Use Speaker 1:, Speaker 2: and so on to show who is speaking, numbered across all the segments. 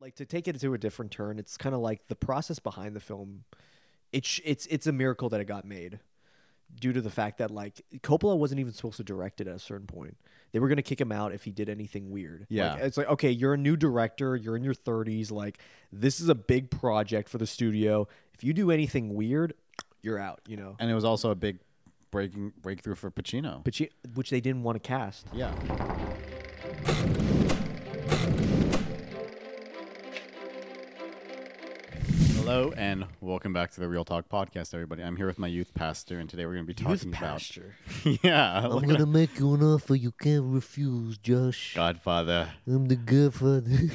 Speaker 1: like to take it to a different turn it's kind of like the process behind the film it's it's it's a miracle that it got made due to the fact that like Coppola wasn't even supposed to direct it at a certain point. They were gonna kick him out if he did anything weird.
Speaker 2: Yeah.
Speaker 1: Like, it's like okay, you're a new director, you're in your 30s, like this is a big project for the studio. If you do anything weird, you're out. You know,
Speaker 2: and it was also a big breaking breakthrough for Pacino.
Speaker 1: but she, which they didn't want to cast.
Speaker 2: yeah, hello and welcome back to the Real Talk podcast, everybody. I'm here with my youth pastor, and today we're going to be talking about yeah,
Speaker 3: I'm
Speaker 2: Oh, look at
Speaker 3: gonna make you an offer you can't refuse, Josh.
Speaker 2: Godfather
Speaker 3: I'm the godfather.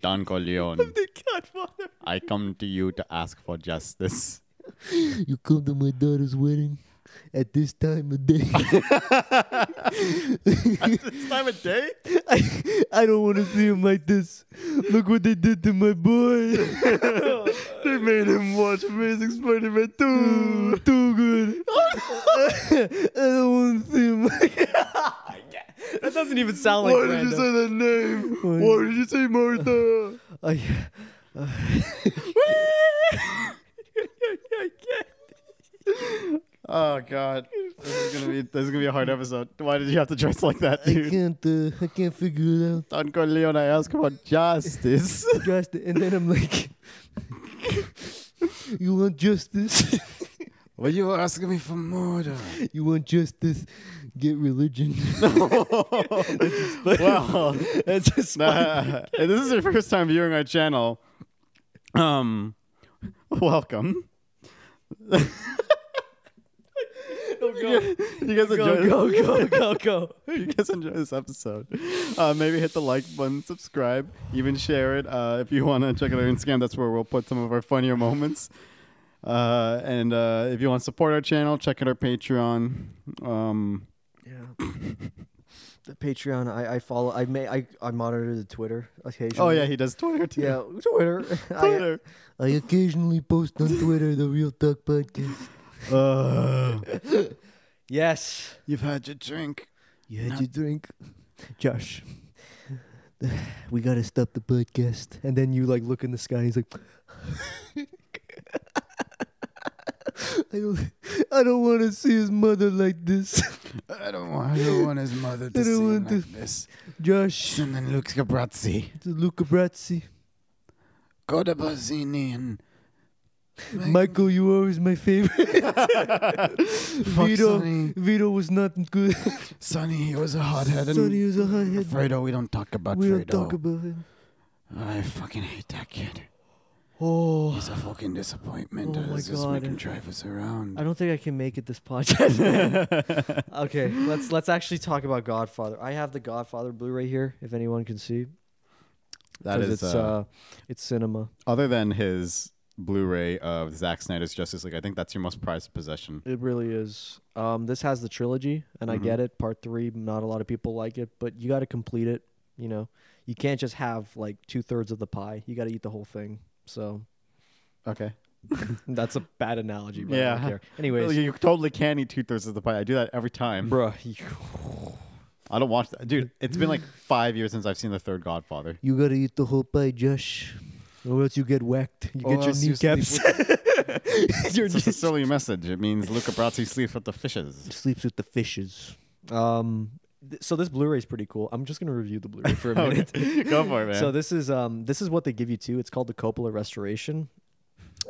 Speaker 2: Don Corleone.
Speaker 1: The Godfather.
Speaker 2: I come to you to ask for justice.
Speaker 3: you come to my daughter's wedding at this time of day.
Speaker 2: this time of day?
Speaker 3: I, I don't want to see him like this. Look what they did to my boy. they made him watch Amazing Spider-Man too, too good. I don't want to see him like
Speaker 1: That doesn't even sound like.
Speaker 3: Why did you
Speaker 1: Brando.
Speaker 3: say that name? Why did you say Martha?
Speaker 1: Oh, yeah. Uh,
Speaker 2: Oh God, this is gonna be this is gonna be a hard episode. Why did you have to dress like that,
Speaker 3: I
Speaker 2: dude?
Speaker 3: can't. Uh, I can't figure it out.
Speaker 2: Don Corleone, I ask for justice.
Speaker 3: Just and then I'm like, you want justice?
Speaker 2: well, you were asking me for murder.
Speaker 3: You want justice? Get religion.
Speaker 2: well,
Speaker 1: that's just
Speaker 2: uh, if this is your first time viewing our channel. Um, welcome.
Speaker 1: go,
Speaker 2: You guys enjoy.
Speaker 1: go, go, go, go, go.
Speaker 2: you guys enjoy this episode, uh, maybe hit the like button, subscribe, even share it. Uh, if you want to check out our Instagram, that's where we'll put some of our funnier moments. Uh, and uh, if you want to support our channel, check out our Patreon. Um,
Speaker 1: Yeah. The Patreon, I, I follow. I may I, I monitor the Twitter occasionally.
Speaker 2: oh yeah, he does Twitter too.
Speaker 1: yeah Twitter. I-
Speaker 2: Twitter.
Speaker 3: I occasionally post on Twitter the Real Talk Podcast.
Speaker 2: Ugh.
Speaker 1: yes.
Speaker 2: Uh, you've had your drink.
Speaker 3: You had your drink, Josh. We gotta stop the podcast.
Speaker 1: And then you like look in the sky. And he's like,
Speaker 3: I don't. I don't want to see his mother like this,
Speaker 2: I don't want. I don't want his mother
Speaker 3: I don't want to-
Speaker 2: this.
Speaker 3: Josh.
Speaker 2: And then Luke Scabrazzi,
Speaker 3: To Luca Brazzi,
Speaker 2: Coda Bazzini, and
Speaker 3: Michael, you are always my favorite. Vito, Vito was not good.
Speaker 2: Sonny, he was a hothead.
Speaker 3: Sonny was a hot head.
Speaker 2: Fredo, we don't talk about
Speaker 3: We don't talk about him.
Speaker 2: I fucking hate that kid.
Speaker 1: oh,
Speaker 2: He's a fucking disappointment.
Speaker 1: Oh my
Speaker 2: Let's just make
Speaker 1: God.
Speaker 2: him drive us around.
Speaker 1: I don't think I can make it this podcast. man." okay, let's let's actually talk about Godfather. I have the Godfather Blu-ray here, if anyone can see.
Speaker 2: That
Speaker 1: 'cause
Speaker 2: is,
Speaker 1: it's
Speaker 2: uh,
Speaker 1: uh, it's cinema.
Speaker 2: other than his Blu-ray of Zack Snyder's Justice League. I think that's your most prized possession.
Speaker 1: It really is. Um, this has the trilogy, and I
Speaker 2: Mm-hmm.
Speaker 1: get it. Part three, not a lot of people like it, but you got to complete it. You know, you can't just have like two thirds of the pie. You got to eat the whole thing. So
Speaker 2: Okay.
Speaker 1: that's a bad analogy, but I
Speaker 2: Yeah.
Speaker 1: don't care. Anyways,
Speaker 2: You totally can eat two thirds of the pie. I do that every time.
Speaker 1: bruh,
Speaker 2: I don't watch that, dude. It's been like five years since I've seen the third Godfather.
Speaker 3: You gotta eat the whole pie, Josh.
Speaker 1: or else you get whacked. You
Speaker 2: Or
Speaker 1: get your
Speaker 2: else you sleep
Speaker 1: kneecaps. your
Speaker 2: It's just a silly message. It means Luca Brasi sleeps with the fishes.
Speaker 1: sleeps with the fishes. Um, th- so this Blu-ray is pretty cool. I'm just gonna review the Blu-ray for a minute.
Speaker 2: Okay. Go for it, man.
Speaker 1: So this is um this is what they give you too. It's called the Coppola Restoration.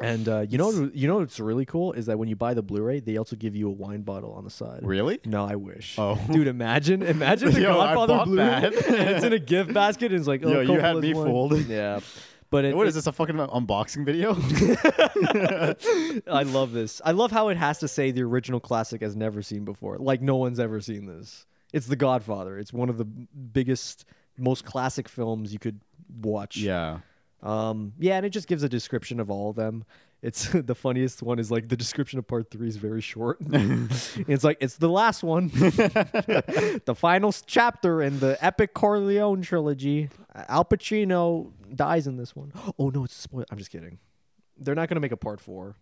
Speaker 1: And uh, you know you know what's really cool is that when you buy the Blu-ray, they also give you a wine bottle on the side.
Speaker 2: really?
Speaker 1: No, I wish.
Speaker 2: Oh.
Speaker 1: dude, imagine imagine the
Speaker 2: Yo, I
Speaker 1: Godfather
Speaker 2: bought
Speaker 1: Blu-ray.
Speaker 2: that.
Speaker 1: and it's in a gift basket and it's like, oh,
Speaker 2: Yo, you had
Speaker 1: Coppola's
Speaker 2: me
Speaker 1: wine.
Speaker 2: fooled.
Speaker 1: Yeah, but it,
Speaker 2: What is this? A fucking unboxing video?
Speaker 1: I love this. I love how it has to say the original classic has never seen before. Like no one's ever seen this. It's The Godfather. It's one of the biggest, most classic films you could watch.
Speaker 2: yeah.
Speaker 1: Um, yeah, and it just gives a description of all of them. It's the funniest one is like the description of part three is very short. it's like it's the last one, the final s- chapter in the epic Corleone trilogy. Al Pacino dies in this one. Oh no, it's a spoiler. I'm just kidding. They're not gonna make a part four.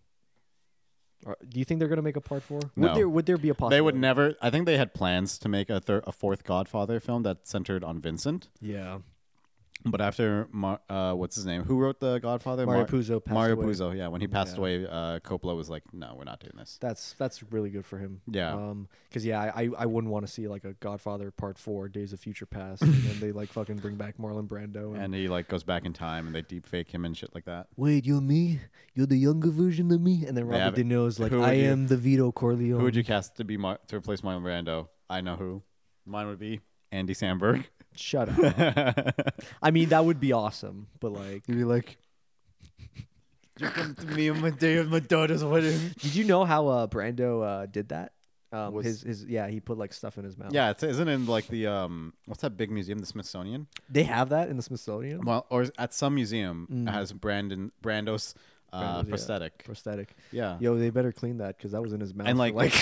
Speaker 1: Or- Do you think they're gonna make a part four?
Speaker 2: No.
Speaker 1: Would there would there be a possibility?
Speaker 2: They would never. I think they had plans to make a third, a fourth Godfather film that centered on Vincent,
Speaker 1: Yeah.
Speaker 2: But after Mar- uh, what's his name? Who wrote the Godfather?
Speaker 1: Mario Puzo passed
Speaker 2: Mario
Speaker 1: away.
Speaker 2: Puzo. Yeah, when he passed
Speaker 1: Yeah.
Speaker 2: away, uh, Coppola was like, "No, we're not doing this."
Speaker 1: That's that's really good for him.
Speaker 2: Yeah.
Speaker 1: Um, because yeah, I I- I wouldn't want to see like a Godfather Part Four, Days of Future Past, and then they like fucking bring back Marlon Brando and.
Speaker 2: And he like goes back in time, and they deep fake him and shit like that.
Speaker 1: Wait, you're me? You're the younger version of me? And then
Speaker 2: have
Speaker 1: Robert De
Speaker 2: it.
Speaker 1: Niro's like,
Speaker 2: Who would
Speaker 1: I
Speaker 2: you-
Speaker 1: am the Vito Corleone.
Speaker 2: Who would you cast to be Mar- to replace Marlon Brando? I know who. Mine would be Andy Samberg.
Speaker 1: Shut up. I mean, that would be awesome, but like,
Speaker 2: You'd be like, "You come to me on my day of my daughter's wedding."
Speaker 1: did you know how uh, Brando uh, did that? Um,
Speaker 2: Was-
Speaker 1: his his yeah, he put like stuff in his mouth.
Speaker 2: Yeah, it's, isn't it in like the um, what's that big museum, the Smithsonian?
Speaker 1: they have that in the Smithsonian
Speaker 2: Well, or is- at some museum
Speaker 1: Mm.
Speaker 2: it has Brandon Brando's, uh,
Speaker 1: Brando's, yeah.
Speaker 2: prosthetic.
Speaker 1: prosthetic.
Speaker 2: Yeah.
Speaker 1: Yo, they better clean that because that was in his mouth.
Speaker 2: And
Speaker 1: for,
Speaker 2: like,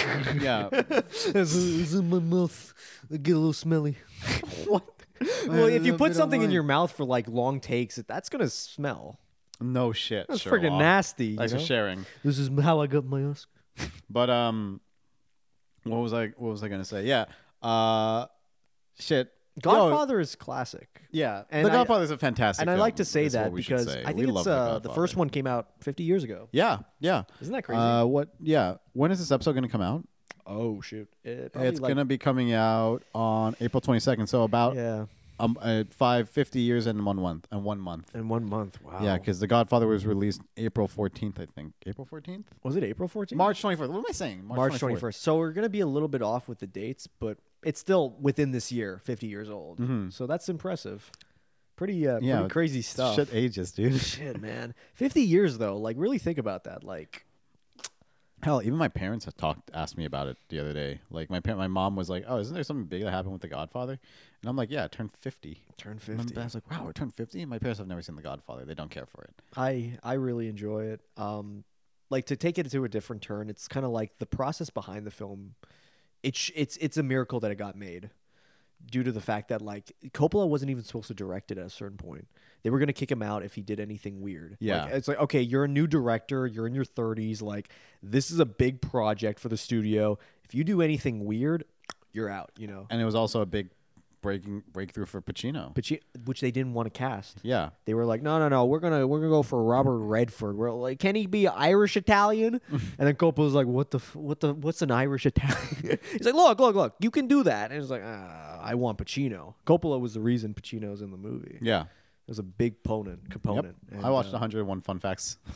Speaker 2: yeah,
Speaker 1: It's it's in my mouth. I get a little smelly. what?
Speaker 2: a
Speaker 1: Well, if you
Speaker 2: little bit
Speaker 1: put
Speaker 2: of
Speaker 1: something in
Speaker 2: mine.
Speaker 1: your mouth for like long takes, it- that's gonna smell.
Speaker 2: no shit.
Speaker 1: That's
Speaker 2: Sherlock.
Speaker 1: freaking nasty. you
Speaker 2: Thanks
Speaker 1: know?
Speaker 2: for sharing.
Speaker 1: This is how I got my Oscar.
Speaker 2: But um, what was I? What was I gonna say? Yeah. Uh, shit. Yo,
Speaker 1: Godfather is classic,
Speaker 2: yeah,
Speaker 1: and
Speaker 2: the
Speaker 1: I-
Speaker 2: Godfather is a fantastic.
Speaker 1: and I
Speaker 2: film,
Speaker 1: like to say
Speaker 2: is what
Speaker 1: that
Speaker 2: we should
Speaker 1: because
Speaker 2: say.
Speaker 1: I
Speaker 2: we
Speaker 1: think
Speaker 2: love
Speaker 1: it's uh, the first
Speaker 2: Godfather.
Speaker 1: one came out 50 years ago.
Speaker 2: Yeah, yeah.
Speaker 1: Isn't that crazy?
Speaker 2: Uh, what? Yeah. When is this episode gonna come out?
Speaker 1: oh shoot! It,
Speaker 2: it's gonna be coming out on April twenty second. So about
Speaker 1: yeah,
Speaker 2: um uh, five fifty years and one month and one month.
Speaker 1: in one month. Wow.
Speaker 2: Yeah, because The Godfather was released April 14th, I think. April 14th?
Speaker 1: was it April 14th?
Speaker 2: March 24th. What am I saying?
Speaker 1: March 21st. So we're going to be a little bit off with the dates, but it's still within this year, 50 years old. So that's impressive. Pretty, uh,
Speaker 2: Mm-hmm. Yeah,
Speaker 1: pretty crazy stuff.
Speaker 2: Shit ages, dude.
Speaker 1: Shit, man. 50 years, though. Like, really think about that. Like,
Speaker 2: Hell, even my parents had talked, asked me about it the other day. Like, my parent, my mom was like, oh, isn't there something big that happened with The Godfather? And I'm like, yeah, I turned 50.
Speaker 1: turn
Speaker 2: And
Speaker 1: 50.
Speaker 2: I was like, wow, I turned 50? My parents have never seen The Godfather. They don't care for it.
Speaker 1: I, I really enjoy it. Um, like, to take it to a different turn, it's kind of like the process behind the film. It sh- it's, it's a miracle that it got made. due to the fact that like Coppola wasn't even supposed to direct it at a certain point. They were gonna kick him out if he did anything weird. Like,
Speaker 2: Yeah.
Speaker 1: it's like okay, you're a new director, you're in your 30s, like this is a big project for the studio. If you do anything weird, you're out. You know,
Speaker 2: And it was also a big breaking breakthrough for Pacino.
Speaker 1: but she, which they didn't want to cast.
Speaker 2: yeah.
Speaker 1: They were like, no, no, no, we're gonna we're gonna go for Robert Redford. We're like, can he be Irish Italian? and then Coppola's like, what the f- what the what's an Irish Italian? He's like, look, look, look, you can do that. And it's like, ah, I want Pacino. Coppola was the reason Pacino's in the movie.
Speaker 2: Yeah.
Speaker 1: It was a big component.
Speaker 2: Yep.
Speaker 1: component. And,
Speaker 2: I watched
Speaker 1: uh,
Speaker 2: 101 Fun Facts.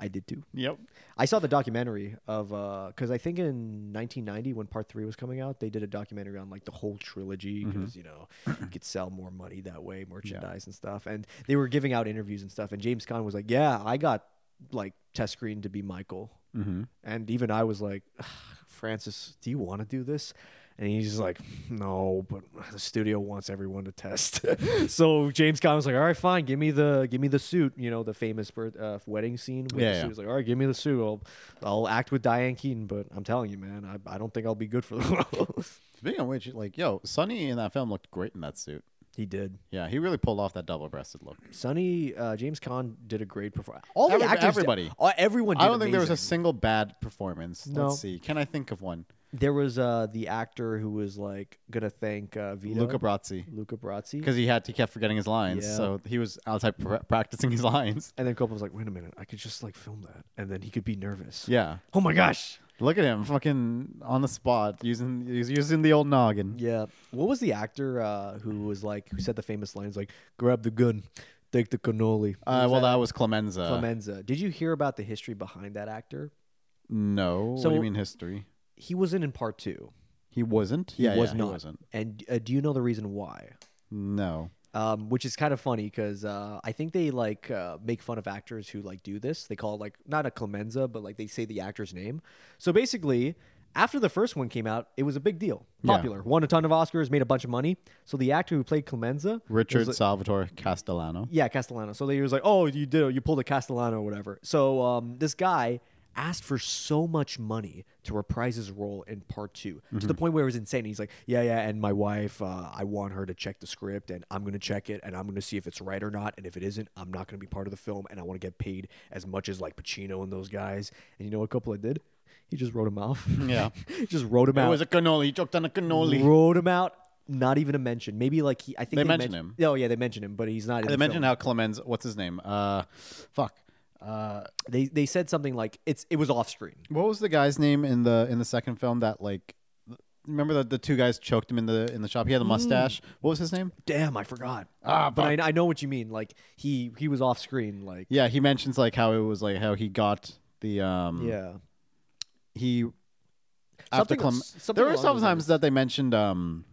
Speaker 1: I did too.
Speaker 2: Yep.
Speaker 1: I saw the documentary of because I think in 1990 when Part Three was coming out, they did a documentary on like the whole trilogy
Speaker 2: Mm-hmm.
Speaker 1: because you know you could sell more money that way, merchandise and stuff. And they were giving out interviews and stuff. And James Caan was like, "Yeah, I got like test screen to be Michael,"
Speaker 2: Mm-hmm.
Speaker 1: and even I was like, "Ugh, "Francis, do you want to do this?" And he's just like, "No, but the studio wants everyone to test." so James Caan was like, "All right, fine, give me the give me the suit." You know, the famous birth, uh, wedding scene. With
Speaker 2: Yeah,
Speaker 1: the
Speaker 2: yeah.
Speaker 1: suit. He's like, "All right, give me the suit. I'll I'll act with Diane Keaton, but I'm telling you, man, I, I don't think I'll be good for the role."
Speaker 2: Speaking of which, like, yo, Sonny in that film looked great in that suit.
Speaker 1: he did.
Speaker 2: Yeah, he really pulled off that double-breasted look.
Speaker 1: Sonny uh, James Caan did a great performance. All the
Speaker 2: Every-
Speaker 1: actors, did-
Speaker 2: everybody.
Speaker 1: all- everyone. Did
Speaker 2: I don't think there was a
Speaker 1: amazing.
Speaker 2: single bad performance.
Speaker 1: No.
Speaker 2: Let's see. Can I think of one?
Speaker 1: There was uh, the actor who was like gonna thank uh, Vito
Speaker 2: Luca Brazzi,
Speaker 1: Luca Brazzi.
Speaker 2: because he had he kept forgetting his lines,
Speaker 1: Yeah.
Speaker 2: so he was outside pra- practicing his lines.
Speaker 1: And then Coppola was like, wait a minute, I could just like film that. And then he could be nervous.
Speaker 2: Yeah,
Speaker 1: Oh my gosh.
Speaker 2: look at him, fucking on the spot, using he's using the old noggin.
Speaker 1: Yeah. What was the actor uh, who was like, who said the famous lines like, grab the gun, take the cannoli?
Speaker 2: Uh, well, that was Clemenza.
Speaker 1: Clemenza. Did you hear about the history behind that actor?
Speaker 2: no,
Speaker 1: So-
Speaker 2: what do you mean history?
Speaker 1: He wasn't in part two.
Speaker 2: He wasn't.
Speaker 1: He
Speaker 2: yeah,
Speaker 1: was
Speaker 2: yeah,
Speaker 1: not.
Speaker 2: He wasn't.
Speaker 1: And uh, do you know the reason why?
Speaker 2: No.
Speaker 1: um, which is kind of funny because uh, I think they like uh, make fun of actors who like do this. They call it like not a clemenza, but like they say the actor's name. So basically, after the first one came out, it was a big deal,
Speaker 2: Yeah.
Speaker 1: popular, won a ton of Oscars, made a bunch of money. So the actor who played clemenza,
Speaker 2: Richard
Speaker 1: like-
Speaker 2: Salvatore Castellano.
Speaker 1: yeah, Castellano. So they was like, oh, you did, you pulled a Castellano or whatever. So um, this guy asked for so much money to reprise his role in part 2 to the
Speaker 2: Mm-hmm.
Speaker 1: point where it was insane. He's like, yeah, yeah, and my wife, uh, I want her to check the script, and I'm gonna check it, and I'm gonna see if it's right or not, and if it isn't, I'm not gonna be part of the film, and I want to get paid as much as like Pacino and those guys. And you know what Coppola did? He just wrote him off.
Speaker 2: Yeah.
Speaker 1: He just wrote him
Speaker 2: It
Speaker 1: out.
Speaker 2: was a cannoli. He choked on a cannoli.
Speaker 1: Wrote him out. not even a mention. Maybe like he, I think
Speaker 2: They mention
Speaker 1: mentioned
Speaker 2: him.
Speaker 1: Oh yeah, they mention him, but he's not. In
Speaker 2: They
Speaker 1: the
Speaker 2: mentioned
Speaker 1: film.
Speaker 2: how Clemens, what's his name? Uh, fuck. Uh,
Speaker 1: They they said something like it's it was off screen.
Speaker 2: what was the guy's name in the in the second film that like? Remember that the two guys choked him in the in the shop. He had a
Speaker 1: Mm.
Speaker 2: mustache. What was his name?
Speaker 1: Damn, I forgot.
Speaker 2: Ah,
Speaker 1: but I, I know what you mean. Like he he was off screen. Like
Speaker 2: Yeah, he mentions like how it was like how he got the um
Speaker 1: yeah.
Speaker 2: he after
Speaker 1: Something-
Speaker 2: Clem-
Speaker 1: something
Speaker 2: there were
Speaker 1: along those
Speaker 2: sometimes that they mentioned um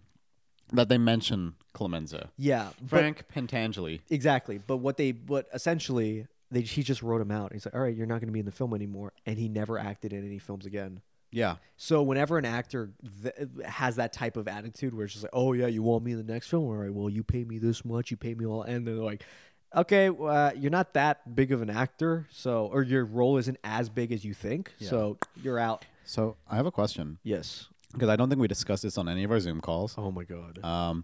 Speaker 2: that they mention Clemenza.
Speaker 1: Yeah, but-
Speaker 2: Frank Pentangeli.
Speaker 1: exactly. But what they but essentially they he just wrote him out. He's like, all right, you're not going to be in the film anymore, and he never acted in any films again.
Speaker 2: Yeah.
Speaker 1: So whenever an actor th- has that type of attitude, where it's just like, "Oh yeah, you want me in the next film? All right, well you pay me this much, you pay me all," and they're like, "Okay, well, uh, you're not that big of an actor, so or your role isn't as big as you think, so you're out."
Speaker 2: So I have a question
Speaker 1: Yes.
Speaker 2: because I don't think we discussed this on any of our Zoom calls.
Speaker 1: Oh my god.
Speaker 2: Um,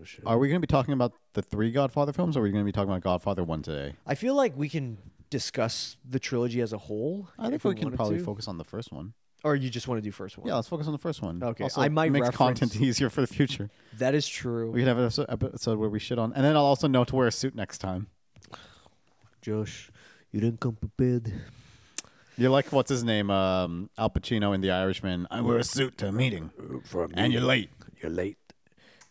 Speaker 1: Oh, shit.
Speaker 2: are we going to be talking about the three Godfather films, or are we going to be talking about Godfather one today?
Speaker 1: I feel like we can discuss the trilogy as a whole.
Speaker 2: I think
Speaker 1: if
Speaker 2: we, can
Speaker 1: wanted
Speaker 2: probably
Speaker 1: to.
Speaker 2: focus on the first one.
Speaker 1: or you just want to do first one?
Speaker 2: Yeah, let's focus on the first one.
Speaker 1: Okay,
Speaker 2: Also,
Speaker 1: I might
Speaker 2: it makes
Speaker 1: reference-
Speaker 2: content easier for the future.
Speaker 1: that is true.
Speaker 2: We could have an episode- episode where we shit on, and then I'll also know to wear a suit next time.
Speaker 1: Josh, you didn't come prepared.
Speaker 2: You're like what's his name, um, Al Pacino in The Irishman. I wear a suit to a meeting,
Speaker 4: for a
Speaker 2: and
Speaker 4: meeting.
Speaker 2: you're late.
Speaker 4: You're late.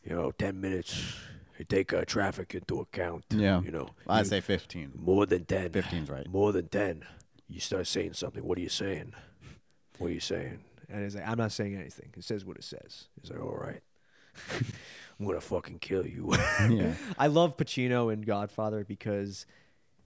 Speaker 4: You know, 10 minutes. You take uh, traffic into account.
Speaker 2: Yeah.
Speaker 4: You know,
Speaker 2: I
Speaker 4: you-
Speaker 2: say fifteen.
Speaker 4: more than 10.
Speaker 2: 15's right.
Speaker 4: More than 10. You start saying something. What are you saying? What are you saying?
Speaker 1: And he's like, "I'm not saying anything. It says what it says."
Speaker 4: He's like, all right. I'm going to fucking kill you.
Speaker 2: Yeah,
Speaker 1: I love Pacino in Godfather because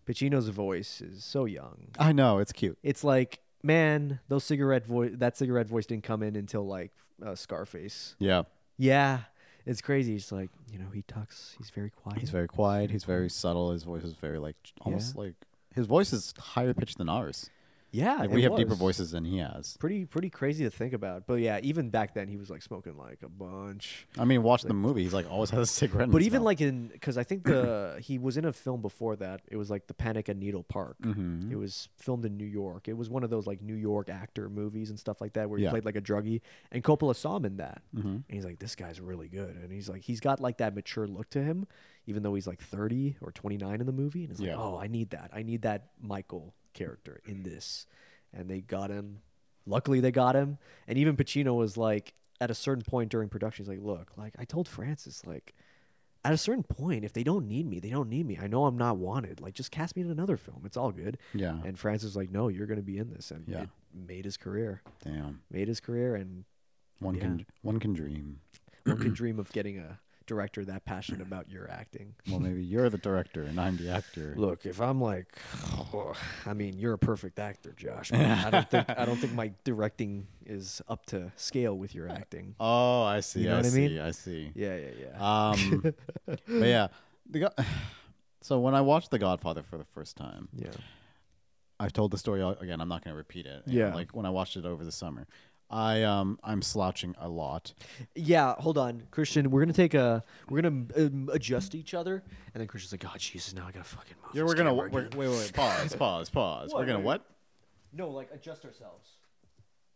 Speaker 1: Pacino's voice is so young.
Speaker 2: I know it's cute.
Speaker 1: It's like, man, those cigarette voice that cigarette voice didn't come in until like uh, Scarface.
Speaker 2: Yeah,
Speaker 1: Yeah, it's crazy. It's like, you know, he talks. He's very quiet.
Speaker 2: he's very quiet. He's very subtle. His voice is very like almost like his voice is higher pitched than ours.
Speaker 1: yeah,
Speaker 2: Like
Speaker 1: Uh, it
Speaker 2: we have deeper
Speaker 1: was.
Speaker 2: voices than he has.
Speaker 1: Pretty pretty crazy to think about. But yeah, even back then he was like smoking like a bunch.
Speaker 2: I mean, watch the movie. He's like always has a cigarette. in
Speaker 1: But
Speaker 2: his
Speaker 1: even
Speaker 2: mouth.
Speaker 1: like in because I think the he was in a film before that. It was like the Panic at Needle Park. It was filmed in New York. It was one of those like New York actor movies and stuff like that where he
Speaker 2: Yeah.
Speaker 1: played like a druggie. And Coppola saw him in that, and he's like, "This guy's really good." And he's like, he's got like that mature look to him, even though he's like thirty or twenty nine in the movie. And it's
Speaker 2: Yeah. Mm-hmm.
Speaker 1: like, "Oh, I need that. I need that Michael character in this." And they got him. Luckily, they got him. And even Pacino was like, at a certain point during production, he's like, "Look, like I told Francis, like." at a certain point, if they don't need me, they don't need me. I know I'm not wanted. Like, just cast me in another film. It's all good.
Speaker 2: yeah,
Speaker 1: And Francis was like, no, you're going to be in this. And
Speaker 2: Yeah.
Speaker 1: it made his career.
Speaker 2: damn,
Speaker 1: Made his career. And
Speaker 2: one
Speaker 1: Yeah.
Speaker 2: can one can dream.
Speaker 1: one can dream of getting a director that passionate about your acting.
Speaker 2: Well, maybe you're the director and I'm the actor.
Speaker 1: Look, if I'm like, I mean, you're a perfect actor, Josh. But I don't think I don't think my directing is up to scale with your acting.
Speaker 2: Oh, I see.
Speaker 1: You know
Speaker 2: I
Speaker 1: what I
Speaker 2: see.
Speaker 1: mean?
Speaker 2: I see.
Speaker 1: Yeah, yeah, yeah.
Speaker 2: Um, but yeah, the Go- so when I watched The Godfather for the first time,
Speaker 1: yeah.
Speaker 2: I've told the story al- again. I'm not going to repeat it. And,
Speaker 1: Yeah.
Speaker 2: like when I watched it over the summer, I um I'm slouching a lot.
Speaker 1: Yeah, hold on, Christian. We're gonna take a. We're gonna um, adjust each other, and then Christian's like, "God, Jesus, now I gotta fucking move." this camera again."
Speaker 2: wait wait pause pause pause.
Speaker 1: What?
Speaker 2: We're gonna what?
Speaker 1: No, like adjust ourselves,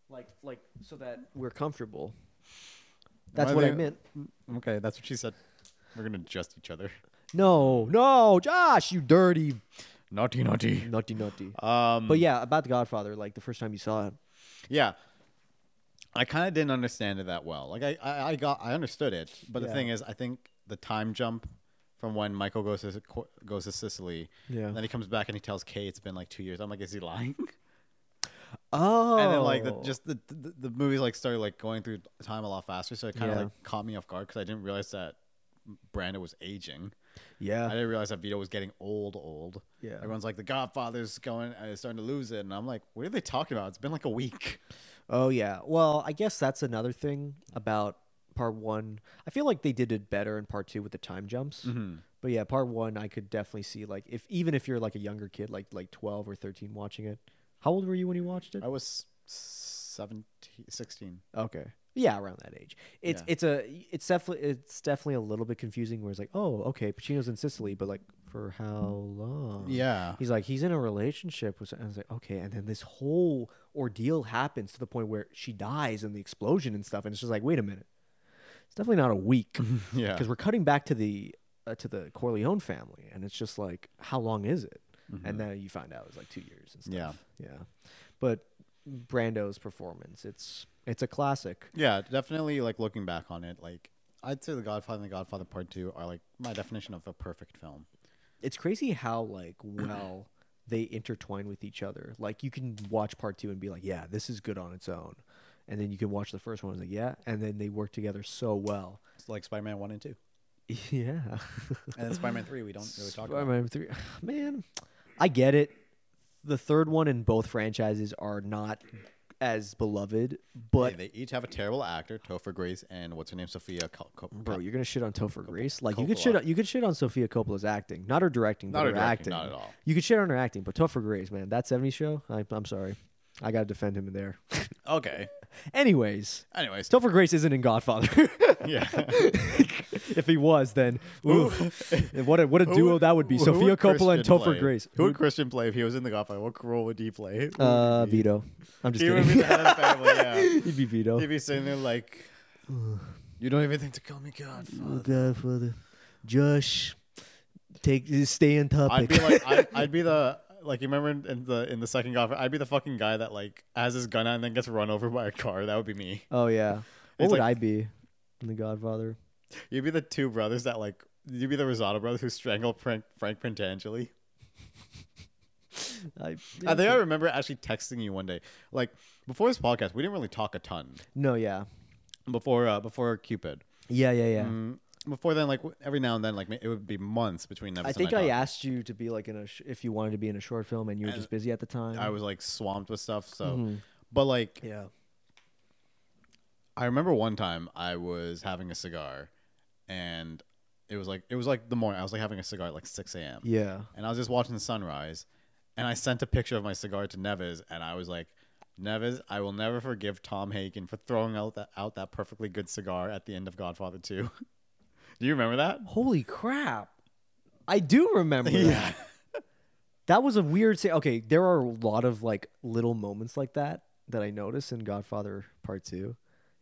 Speaker 1: like like so that we're comfortable. That's
Speaker 2: Am
Speaker 1: what I
Speaker 2: the-
Speaker 1: meant.
Speaker 2: Okay, that's what she said. We're gonna adjust each other.
Speaker 1: No, no, Josh, you dirty,
Speaker 2: Naughty naughty.
Speaker 1: naughty, naughty.
Speaker 2: Um,
Speaker 1: but yeah, about the Godfather, like the first time you saw it.
Speaker 2: yeah. I kind of didn't understand it that well. Like I, I, I got I understood it, but the
Speaker 1: Yeah.
Speaker 2: thing is, I think the time jump from when Michael goes to Qu- goes to Sicily,
Speaker 1: Yeah.
Speaker 2: and then he comes back and he tells Kay it's been like two years. I'm like, is he lying?
Speaker 1: Oh,
Speaker 2: and then like the, just the, the the movie like started like going through time a lot faster, so it kind of
Speaker 1: Yeah.
Speaker 2: like caught me off guard because I didn't realize that Brando was aging. I
Speaker 1: yeah,
Speaker 2: didn't realize that Vito was getting old, old.
Speaker 1: Yeah.
Speaker 2: everyone's like the Godfather's going, uh, starting to lose it, and I'm like, what are they talking about? It's been like a week.
Speaker 1: oh yeah. Well, I guess that's another thing about part one. I feel like they did it better in part two with the time jumps. But yeah, part one, I could definitely see like if even if you're like a younger kid, like like twelve or thirteen, watching it. How old were you when you watched it?
Speaker 2: I was 17, 16.
Speaker 1: Okay. Yeah, around that age. It's
Speaker 2: Yeah.
Speaker 1: it's a it's definitely it's definitely a little bit confusing where it's like, "Oh, okay, Pacino's in Sicily, but like for how long?"
Speaker 2: Yeah,
Speaker 1: He's like, "He's in a relationship with s-" and I was like, "Okay." And then this whole ordeal happens to the point where she dies in the explosion and stuff and it's just like, "Wait a minute." definitely not a week
Speaker 2: Yeah.
Speaker 1: because we're cutting back to the uh, to the Corleone family, and it's just like, how long is it? And then you find out it's like two years and stuff.
Speaker 2: Yeah.
Speaker 1: yeah. But Brando's performance, it's it's a classic.
Speaker 2: Yeah, definitely. Like looking back on it, like I'd say The Godfather and The Godfather Part Two are like my definition of a perfect film.
Speaker 1: It's crazy how like well they intertwine with each other. Like you can watch part two and be like, yeah, this is good on its own, and then you can watch the first one and like, yeah, and then they work together so well.
Speaker 2: It's like Spider Man One and Two,
Speaker 1: Yeah.
Speaker 2: and then Spider Man Three. We don't really talk about.
Speaker 1: Spider-Man three. Man, I get it. The third one in both franchises are not as beloved, but
Speaker 2: Hey, they each have a terrible actor, Topher Grace and what's her name, Sophia. Cop- Cop-
Speaker 1: bro, you're gonna shit on Topher Grace. Like you
Speaker 2: Coppola.
Speaker 1: could shit on, you could shit on Sophia Coppola's acting, not her directing,
Speaker 2: Not
Speaker 1: but
Speaker 2: her
Speaker 1: her, acting.
Speaker 2: directing, not at all.
Speaker 1: You could shit on her acting, but Topher Grace, man, that '70s show. I, I'm sorry, I gotta defend him in there.
Speaker 2: okay.
Speaker 1: Anyways,
Speaker 2: Anyways,
Speaker 1: Topher Grace isn't in Godfather.
Speaker 2: yeah.
Speaker 1: if he was, then ooh, what a what a
Speaker 2: Who
Speaker 1: duo
Speaker 2: would-
Speaker 1: that would be.
Speaker 2: who
Speaker 1: Sophia
Speaker 2: would
Speaker 1: Coppola and
Speaker 2: Christian
Speaker 1: Topher
Speaker 2: play?
Speaker 1: Grace.
Speaker 2: Who would Christian play if he was in The Godfather? What role would he play? Who
Speaker 1: Uh,
Speaker 2: would he be?
Speaker 1: Vito. I'm just
Speaker 2: He would be
Speaker 1: kidding.
Speaker 2: the head of the family. Yeah.
Speaker 1: He'd be Vito.
Speaker 2: He'd be sitting there like, you don't even think to call me Godfather.
Speaker 1: Oh, Godfather. Josh, take stay on topic.
Speaker 2: I'd be like, I, I'd be the like you remember in, in the in the second Godfather, I'd be the fucking guy that like has his gun out and then gets run over by a car. That would be me.
Speaker 1: oh yeah. What
Speaker 2: It's
Speaker 1: would
Speaker 2: like-
Speaker 1: I be in The Godfather?
Speaker 2: You'd be the two brothers that like you'd be the Rosado brothers who strangled Frank, Frank Pentangeli.
Speaker 1: I,
Speaker 2: I think I remember actually texting you one day, like before this podcast, we didn't really talk a ton
Speaker 1: no, yeah,
Speaker 2: before uh, before Cupid.
Speaker 1: yeah, yeah, yeah.
Speaker 2: Mm, before then, like w- every now and then, like ma- it would be months between episodes.
Speaker 1: I
Speaker 2: and
Speaker 1: think I
Speaker 2: talked.
Speaker 1: asked you to be like in a sh- if you wanted to be in a short film and you were
Speaker 2: And
Speaker 1: just busy at the time.
Speaker 2: I was like swamped with stuff. So,
Speaker 1: Mm-hmm.
Speaker 2: but like
Speaker 1: yeah.
Speaker 2: I remember one time I was having a cigar, and it was like it was like the morning. I was like having a cigar at like six a.m.
Speaker 1: Yeah.
Speaker 2: and I was just watching the sunrise, and I sent a picture of my cigar to Neves, and I was like, Neves, I will never forgive Tom Hagen for throwing out that out that perfectly good cigar at the end of Godfather Two. Do you remember that?
Speaker 1: Holy crap! I do remember. That. that was a weird. Say, okay, there are a lot of like little moments like that that I notice in Godfather Part Two.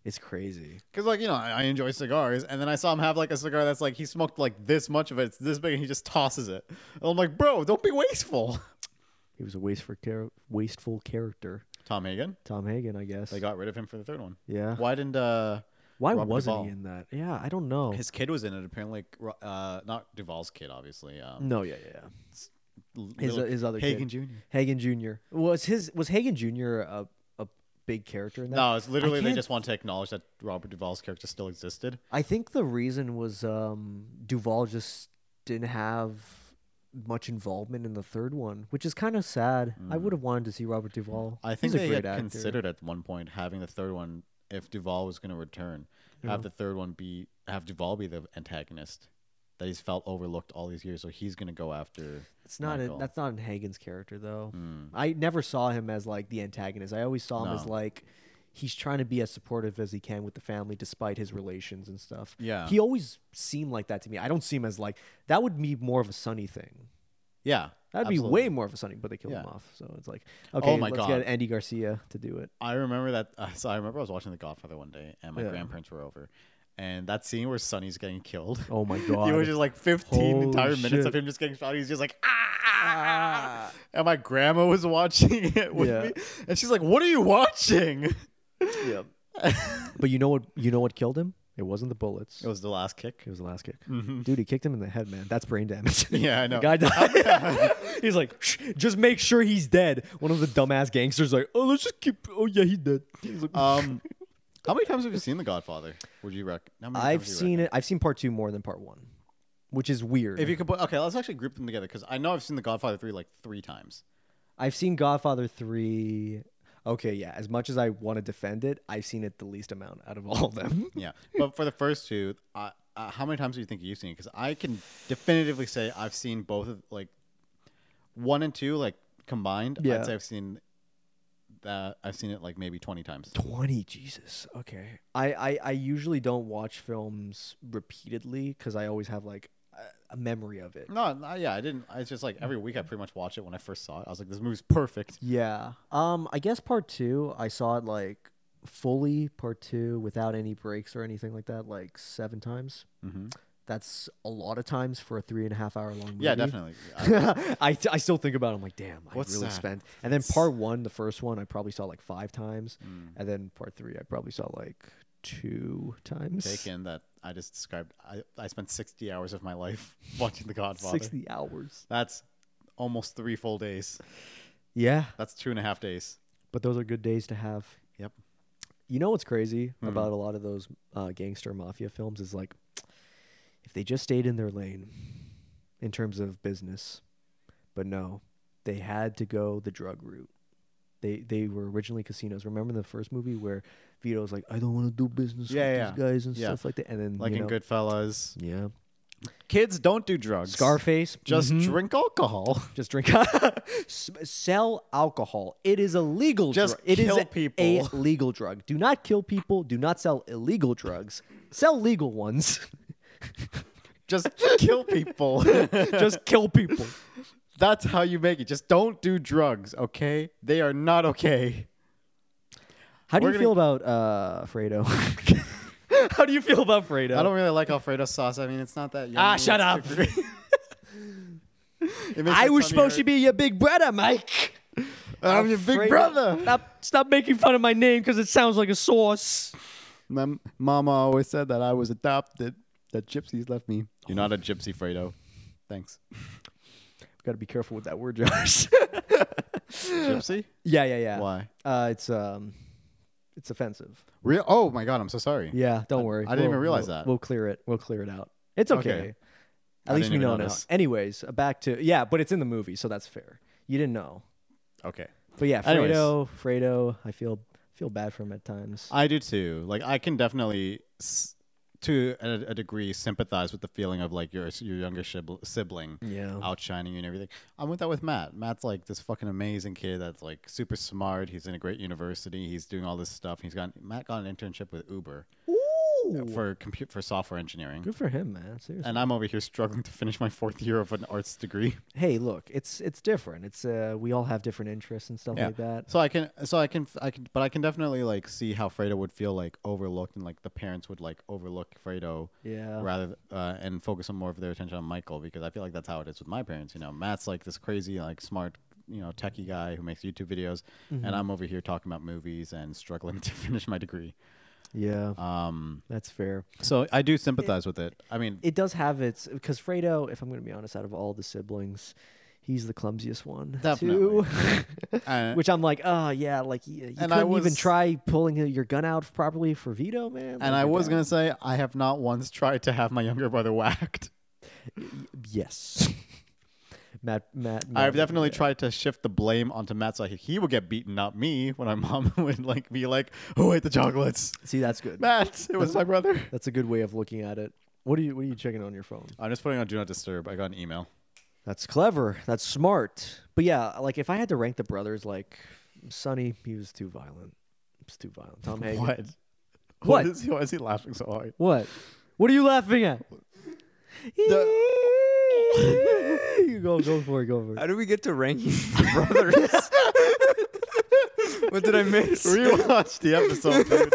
Speaker 1: It's crazy.
Speaker 2: Because like you know, I, I enjoy cigars, and then I saw him have like a cigar that's like he smoked like this much of it. It's this big, and he just tosses it. And I'm like, bro, don't be wasteful.
Speaker 1: He was a wasteful, char- wasteful character.
Speaker 2: Tom Hagen.
Speaker 1: Tom Hagen, I guess.
Speaker 2: They got rid of him for the third one.
Speaker 1: yeah.
Speaker 2: Why didn't uh?
Speaker 1: Why
Speaker 2: Robert
Speaker 1: wasn't
Speaker 2: Duvall.
Speaker 1: he in that? Yeah, I don't know.
Speaker 2: His kid was in it apparently. Like, uh, not Duvall's kid, obviously. Um,
Speaker 1: no, yeah, yeah, Mm. His- uh,
Speaker 2: little-
Speaker 1: his other
Speaker 2: Hagen
Speaker 1: kid.
Speaker 2: Jr.
Speaker 1: yeah. Hagen Jr. was his was Hagen Jr. a a big character in that?
Speaker 2: No, it's literally they
Speaker 1: can't-
Speaker 2: just want to acknowledge that Robert Duvall's character still existed.
Speaker 1: I think the reason was um, Duvall just didn't have much involvement in the third one, which is kind of sad. I would have wanted to see Robert Duvall.
Speaker 2: Mm. I think
Speaker 1: He's
Speaker 2: they
Speaker 1: a great
Speaker 2: had
Speaker 1: actor.
Speaker 2: considered at one point having the third one, if Duvall was going to return, have the third one be have Duvall be the antagonist that he's felt overlooked all these years. So he's going to go after. hmm.
Speaker 1: It's not in,
Speaker 2: Michael. Mm.
Speaker 1: that's not in Hagen's character though. I never saw him as like the antagonist. I always saw him as
Speaker 2: No.
Speaker 1: like he's trying to be as supportive as he can with the family despite his relations and stuff.
Speaker 2: Yeah.
Speaker 1: He always seemed like that to me. I don't see him as like that would be more of a sunny thing.
Speaker 2: Yeah,
Speaker 1: That'd
Speaker 2: absolutely.
Speaker 1: be way more of a sunny, but they killed him
Speaker 2: Yeah. Oh
Speaker 1: off. So it's like okay,
Speaker 2: my
Speaker 1: let's
Speaker 2: God.
Speaker 1: get Andy Garcia to do it.
Speaker 2: I remember that. Uh, so I remember I was watching The Godfather one day, and my
Speaker 1: Yeah.
Speaker 2: grandparents were over, and that scene where Sonny's getting killed.
Speaker 1: Oh my
Speaker 2: It
Speaker 1: god.
Speaker 2: was just like 15
Speaker 1: Holy
Speaker 2: entire minutes of
Speaker 1: shit.
Speaker 2: him just getting shot. He's just like, ah, ah, ah." And my grandma was watching it with
Speaker 1: Yeah.
Speaker 2: me. And she's like, What are you watching?
Speaker 1: But you know what? You know what killed him? It wasn't the bullets.
Speaker 2: It was the last kick. Mm-hmm.
Speaker 1: It was Mm. the last kick. Dude, he kicked him in the head, man. That's brain damage.
Speaker 2: Yeah, I know.
Speaker 1: The guy died. he's like, "Shh, just make sure he's dead. One of the dumbass gangsters like, oh, let's just keep. Oh yeah, he's dead. He's like,
Speaker 2: Um, how many times have you seen The Godfather? Would you reckon?
Speaker 1: I've seen it. I've seen part two more than part one, which is weird.
Speaker 2: If you could put, okay, let's actually group them together because I know I've seen The Godfather 3 like three times.
Speaker 1: I've seen Godfather three. Okay, yeah. As much as I want to defend it, I've seen it the least amount out of all of them.
Speaker 2: Yeah. But for the first two, I, uh, how many times do you think you've seen it? Because I can definitively say I've seen both of, like, one and two, like, combined.
Speaker 1: Yeah.
Speaker 2: I'd say I've seen that. I've seen it, like, maybe 20 times.
Speaker 1: 20 jesus okay i i, I usually don't watch films repeatedly because i always have like a- a memory of it
Speaker 2: No, no, yeah, I didn't. I- It's just like every week I pretty much watch it when I first saw it. I was like, this movie's perfect.
Speaker 1: yeah um i guess part two i saw it like fully part two without any breaks or anything like that like seven times. That's a lot of times for a three and a half hour long movie.
Speaker 2: Yeah, definitely. I-
Speaker 1: I, I still think about it. I'm like, damn, I
Speaker 2: What's
Speaker 1: really
Speaker 2: that?
Speaker 1: spent. And then part one, the first one, I probably saw like five times.
Speaker 2: mm,
Speaker 1: And then part three, I probably saw like two times.
Speaker 2: Take in that I just described. I, I spent 60 hours of my life watching The Godfather.
Speaker 1: 60 hours.
Speaker 2: That's almost three full days.
Speaker 1: Yeah.
Speaker 2: That's two and a half days.
Speaker 1: But those are good days to have.
Speaker 2: Yep.
Speaker 1: You know what's crazy
Speaker 2: Hmm.
Speaker 1: about a lot of those uh, gangster mafia films is like, if they just stayed in their lane in terms of business, but no, they had to go the drug route. They they were originally casinos. Remember the first movie where Vito's like, I don't want to do business with
Speaker 2: Yeah,
Speaker 1: these
Speaker 2: yeah.
Speaker 1: guys and
Speaker 2: Yeah.
Speaker 1: stuff like that. And then
Speaker 2: Like
Speaker 1: you
Speaker 2: in
Speaker 1: know,
Speaker 2: Goodfellas.
Speaker 1: yeah,
Speaker 2: Kids don't do drugs.
Speaker 1: Scarface
Speaker 2: Just
Speaker 1: mhm,
Speaker 2: drink alcohol.
Speaker 1: just drink, S- sell alcohol. It is a legal.
Speaker 2: Just
Speaker 1: drug. It is
Speaker 2: kill
Speaker 1: a-
Speaker 2: people.
Speaker 1: a legal drug. Do not kill people. Do not sell illegal drugs. Sell legal ones.
Speaker 2: Just kill people.
Speaker 1: just kill people.
Speaker 2: That's how you make it. Just don't do drugs, okay? They are not okay.
Speaker 1: How do
Speaker 2: We're
Speaker 1: you
Speaker 2: gonna-
Speaker 1: feel about uh, Fredo? How do you feel about Fredo?
Speaker 2: I don't really like Alfredo sauce. I mean, it's not that. Yummy.
Speaker 1: Ah, shut up.
Speaker 2: It's too green. It makes
Speaker 1: I
Speaker 2: my
Speaker 1: was
Speaker 2: tummy
Speaker 1: supposed to
Speaker 2: hurt.
Speaker 1: be your big brother, Mike.
Speaker 2: I'm your big
Speaker 1: Fredo.
Speaker 2: brother.
Speaker 1: Stop, stop making fun of my name because it sounds like a sauce.
Speaker 2: My m- mama always said that I was adopted. That gypsies left me. You're not a gypsy, Fredo. Thanks.
Speaker 1: Got to be careful with that word, Josh.
Speaker 2: Gypsy?
Speaker 1: yeah, yeah, yeah.
Speaker 2: Why?
Speaker 1: Uh, it's um, it's offensive.
Speaker 2: Real? Oh my God, I'm so sorry.
Speaker 1: Yeah, don't worry.
Speaker 2: I didn't even realize
Speaker 1: we'll-
Speaker 2: that.
Speaker 1: We'll clear it. We'll clear it out. It's okay.
Speaker 2: Okay.
Speaker 1: At
Speaker 2: I
Speaker 1: least
Speaker 2: didn't
Speaker 1: we know
Speaker 2: even notice.
Speaker 1: now. Anyways, back to yeah, but it's in the movie, so that's fair. You didn't know,
Speaker 2: Okay.
Speaker 1: but yeah,
Speaker 2: Anyways.
Speaker 1: Fredo, Fredo. I feel feel bad for him at times.
Speaker 2: I do too. Like I can definitely, s- to a, a degree, sympathize with the feeling of like your your younger shib- sibling
Speaker 1: Mm, yeah,
Speaker 2: outshining you and everything. I'm with that with Matt. Matt's like this fucking amazing kid that's like super smart. He's in a great university. He's doing all this stuff. He's got Matt got an internship with Uber
Speaker 1: Ooh,
Speaker 2: for compute for software engineering.
Speaker 1: good for him, man. Seriously.
Speaker 2: And I'm over here struggling to finish my fourth year of an arts degree.
Speaker 1: hey, look, it's it's different. It's uh, we all have different interests and stuff
Speaker 2: Yeah.
Speaker 1: like that.
Speaker 2: So I can, so I can, I can, but I can definitely like see how Fredo would feel like overlooked, and like the parents would like overlook Fredo
Speaker 1: Yeah,
Speaker 2: rather th- uh, and focus on more of their attention on Michael because I feel like that's how it is with my parents. You know, Matt's like this crazy, like smart, you know, techie guy who makes YouTube videos,
Speaker 1: Mm-hmm.
Speaker 2: and I'm over here talking about movies and struggling to finish my degree.
Speaker 1: yeah,
Speaker 2: Um,
Speaker 1: that's fair.
Speaker 2: so I do sympathize with it. I mean,
Speaker 1: It does have its because Fredo, if I'm going to be honest, out of all the siblings, he's the clumsiest one.
Speaker 2: Definitely.
Speaker 1: Too.
Speaker 2: uh,
Speaker 1: Which I'm like, oh yeah, like you, you
Speaker 2: And
Speaker 1: couldn't
Speaker 2: I
Speaker 1: even
Speaker 2: was-
Speaker 1: try pulling your gun out properly for Vito, man. Like,
Speaker 2: and I
Speaker 1: your
Speaker 2: was
Speaker 1: dad-
Speaker 2: gonna say I have not once tried to have my younger brother whacked.
Speaker 1: yes. Matt, Matt, Matt
Speaker 2: I've
Speaker 1: would-
Speaker 2: definitely
Speaker 1: yeah.
Speaker 2: tried to shift the blame onto Matt, so he- he would get beaten, not me. When my mom would like be like, "Who ate the chocolates?"
Speaker 1: See, that's good.
Speaker 2: Matt, it was my brother.
Speaker 1: That's a good way of looking at it. What are you What are you checking on your phone?
Speaker 2: I'm just putting on Do Not Disturb. I got an email.
Speaker 1: That's clever. That's smart. But yeah, like if I had to rank the brothers, like Sonny, he was too violent. It's too violent. Tom Hagen.
Speaker 2: What?
Speaker 1: What?
Speaker 2: Why is, he, why is he laughing so hard?
Speaker 1: What? What are you laughing at? you go, go for it. Go for it.
Speaker 3: How do we get to ranking the brothers? what did I miss?
Speaker 2: Rewatch the episode, dude.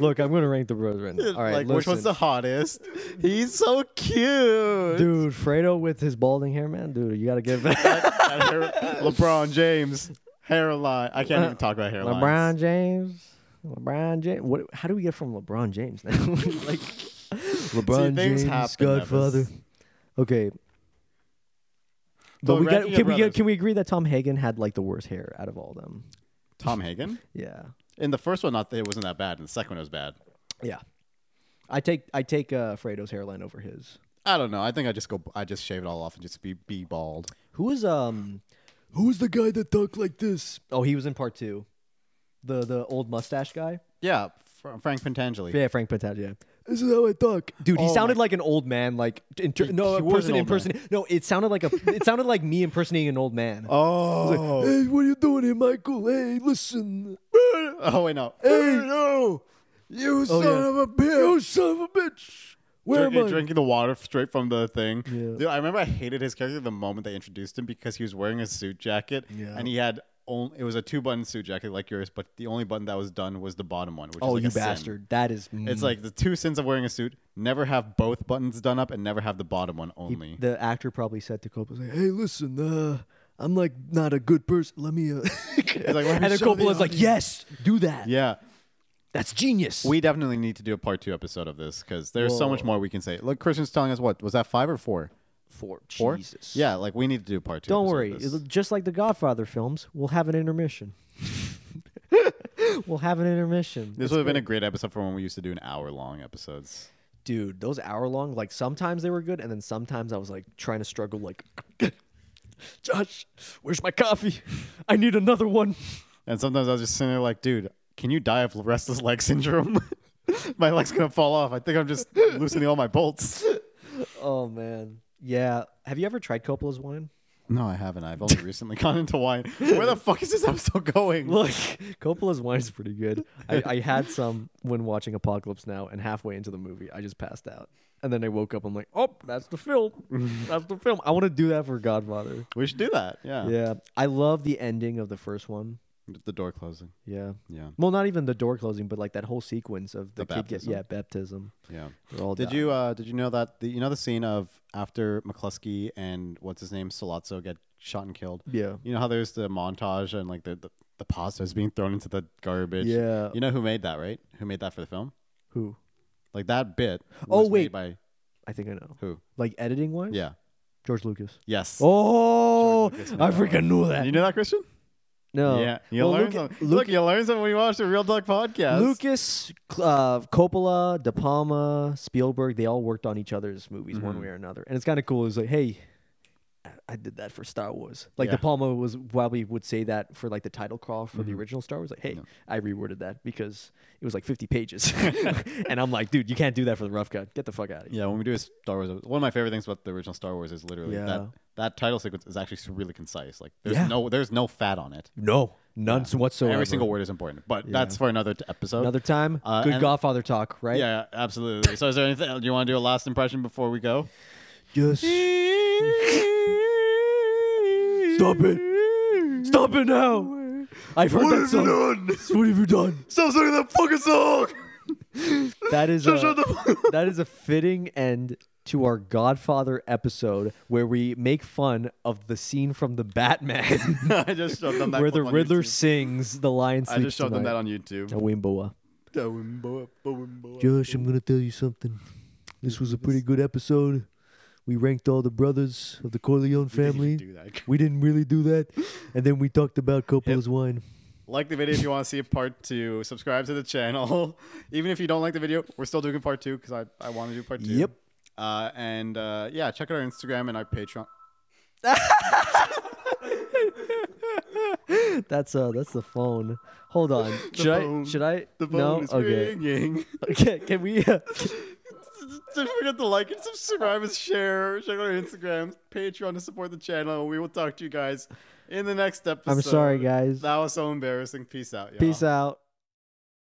Speaker 1: Look, I'm gonna rank the brothers right now. All right,
Speaker 2: like, which one's
Speaker 1: listen.
Speaker 2: the hottest? He's so cute.
Speaker 1: dude? Fredo with his balding hair, man. Dude, you gotta give that.
Speaker 2: That- that hair- LeBron James hairline. I can't even talk about hairlines.
Speaker 1: Uh, LeBron James. LeBron James. What? How do we get from LeBron James now? like LeBron
Speaker 2: things
Speaker 1: James,
Speaker 2: happen,
Speaker 1: Godfather.
Speaker 2: Nevis.
Speaker 1: Okay. But
Speaker 2: So
Speaker 1: we got.
Speaker 2: ranking the
Speaker 1: Can we get,
Speaker 2: brothers.
Speaker 1: Can we agree that Tom Hagen had like the worst hair out of all of them?
Speaker 2: Tom Hagen.
Speaker 1: Yeah.
Speaker 2: In the first one, not it wasn't that bad. In the second one, it was bad.
Speaker 1: Yeah. I take I take uh, Fredo's hairline over his.
Speaker 2: I don't know. I think I just go. I just shave it all off and just be be bald.
Speaker 1: Who is um who was the guy that talked like this? Oh, he was in part two. The the old mustache guy.
Speaker 2: Yeah, Fra- Frank Pentangeli.
Speaker 1: Yeah, Frank Pentaglia. This is how I talk, dude. He
Speaker 2: Oh
Speaker 1: sounded like an old man, like in ter-
Speaker 2: He-
Speaker 1: no
Speaker 2: he
Speaker 1: a
Speaker 2: was
Speaker 1: person
Speaker 2: an old man.
Speaker 1: impersonating. No, it sounded like a. it sounded like me impersonating an old man.
Speaker 2: Oh.
Speaker 1: Hey, what are you doing here, Michael? Hey, listen.
Speaker 2: oh wait no.
Speaker 1: no,
Speaker 2: you
Speaker 1: son
Speaker 3: Oh,
Speaker 1: yeah.
Speaker 2: of a bitch! You son of a bitch!
Speaker 1: where
Speaker 2: Drink-
Speaker 1: am I?
Speaker 2: Drinking the water straight from the thing.
Speaker 1: Yeah.
Speaker 2: Dude, I remember I hated his character the moment they introduced him because he was wearing a suit jacket
Speaker 1: Yeah.
Speaker 2: and he had only it was a two button suit jacket like yours, but the only button that was done was the bottom one. Which
Speaker 1: Oh,
Speaker 2: is like
Speaker 1: you
Speaker 2: a sin.
Speaker 1: bastard! That is.
Speaker 2: It's like the two sins of wearing a suit: never have both buttons done up, and never have the bottom one only.
Speaker 1: the actor probably said to Coppola, like, "Hey, listen, uh, I'm like not a good person. Let me." Uh...
Speaker 2: like, "Let
Speaker 1: and
Speaker 2: me
Speaker 1: then
Speaker 2: show the
Speaker 1: Coppola's like,
Speaker 2: audience."
Speaker 1: "Yes, do that.
Speaker 2: yeah,
Speaker 1: That's genius."
Speaker 2: we definitely need to do a part two episode of this because there's so much
Speaker 1: Whoa.
Speaker 2: more we can say. Look, Christian's telling us what was that five or four?
Speaker 1: for
Speaker 2: Four.
Speaker 1: Jesus.
Speaker 2: Yeah, like we need to do a part two.
Speaker 1: Don't
Speaker 2: episode
Speaker 1: worry.
Speaker 2: Of this.
Speaker 1: It'll- just like the Godfather films, we'll have an intermission. we'll have an intermission.
Speaker 2: This would have been a great episode for when we used to do an hour long episodes.
Speaker 1: Dude, those hour long, like sometimes they were good, and then sometimes I was like trying to struggle, like, Josh, where's my coffee? I need another one.
Speaker 2: And sometimes I was just sitting there like, dude, can you die of restless leg syndrome? my leg's gonna fall off. I think I'm just loosening all my bolts.
Speaker 1: Oh man, yeah. Have you ever tried Coppola's wine?
Speaker 2: No, I haven't. I've only recently gone into wine. Where the fuck is this episode going?
Speaker 1: Look, Coppola's wine is pretty good. I, I had some when watching Apocalypse Now, and halfway into the movie, I just passed out. And then I woke up. I'm like, oh, that's the film. That's the film. I want to do that for Godfather.
Speaker 2: We should do that. Yeah.
Speaker 1: Yeah, I love the ending of the first one.
Speaker 2: The door closing.
Speaker 1: Yeah.
Speaker 2: Yeah.
Speaker 1: Well, not even the door closing, but like that whole sequence of the, kid
Speaker 2: The
Speaker 1: get
Speaker 2: baptism?
Speaker 1: yeah baptism.
Speaker 2: Yeah.
Speaker 1: They're all
Speaker 2: Did
Speaker 1: dying.
Speaker 2: you uh did you know that the you know the scene of after McCluskey and what's his name Salazzo get shot and killed?
Speaker 1: Yeah.
Speaker 2: You know how there's the montage and like the the, the pasta is being thrown into the garbage.
Speaker 1: Yeah.
Speaker 2: You know who made that, right? Who made that for the film?
Speaker 1: Who?
Speaker 2: Like that bit.
Speaker 1: Oh,
Speaker 2: was
Speaker 1: wait.
Speaker 2: made by
Speaker 1: I think I know.
Speaker 2: who?
Speaker 1: Like editing wise.
Speaker 2: Yeah.
Speaker 1: George Lucas.
Speaker 2: Yes.
Speaker 1: Oh,
Speaker 2: Lucas made
Speaker 1: I
Speaker 2: that one.
Speaker 1: freaking knew
Speaker 2: You
Speaker 1: that.
Speaker 2: know that Christian?
Speaker 1: No.
Speaker 2: Yeah. You
Speaker 1: Well,
Speaker 2: learn
Speaker 1: Luca-
Speaker 2: something. Look, you learn something when you watch the Real Dog podcast.
Speaker 1: Lucas, cl- uh, Coppola, De Palma, Spielberg, they all worked on each other's movies
Speaker 2: Mm-hmm.
Speaker 1: one way or another. And it's kind of cool. It's like, hey, I- I did that for Star Wars. Like
Speaker 2: Yeah.
Speaker 1: De Palma was probably would say that for like the title crawl for the
Speaker 2: Mm-hmm.
Speaker 1: original Star Wars. Like, hey, I reworded that because it was like 50 pages. and I'm like, dude, you can't do that for the rough cut. Get the fuck out of here.
Speaker 2: Yeah, when we do a Star Wars, one of my favorite things about the original Star Wars is literally
Speaker 1: Yeah.
Speaker 2: that that title sequence is actually really concise. Like there's
Speaker 1: Yeah.
Speaker 2: no there's no fat on it.
Speaker 1: No, none whatsoever.
Speaker 2: Every single word is important, but that's for another t- episode.
Speaker 1: Another time,
Speaker 2: Uh,
Speaker 1: good
Speaker 2: and-
Speaker 1: Godfather talk, right?
Speaker 2: yeah, absolutely. So, is there anything do you want to do a last impression before we go?
Speaker 1: Yes. Stop it. Stop it now. I've heard that song. What have you done?
Speaker 2: Stop singing that fucking song.
Speaker 1: That is a, that is a fitting end to our Godfather episode where we make fun of the scene from the Batman
Speaker 2: I just showed them that.
Speaker 1: where the
Speaker 2: clip on
Speaker 1: Riddler
Speaker 2: YouTube.
Speaker 1: sings the lion
Speaker 2: I
Speaker 1: sleeps
Speaker 2: just showed them that
Speaker 1: tonight.
Speaker 2: on YouTube.
Speaker 1: A Wimboa.
Speaker 3: Josh, I'm gonna tell you something. This was a pretty good episode. We ranked all the brothers of the Corleone family.
Speaker 2: Do that.
Speaker 3: We didn't really do that, and then we talked about Coppola's wine.
Speaker 2: Like the video if you want to see a part two. Subscribe to the channel. Even if you don't like the video, we're still doing part two because I, I want to do part two.
Speaker 1: Yep.
Speaker 2: Uh, and uh, yeah, check out our Instagram and our Patreon.
Speaker 1: That's uh that's the phone. Hold on. Should I
Speaker 2: phone.
Speaker 1: should I
Speaker 2: The phone
Speaker 1: no
Speaker 2: is
Speaker 1: Oh, okay.
Speaker 2: ringing.
Speaker 1: okay can we uh,
Speaker 2: Don't forget to like and subscribe and share. Check out our Instagram, Patreon to support the channel. We will talk to you guys in the next episode.
Speaker 1: I'm sorry guys.
Speaker 2: That was so embarrassing. Peace out. Y'all.
Speaker 1: Peace out.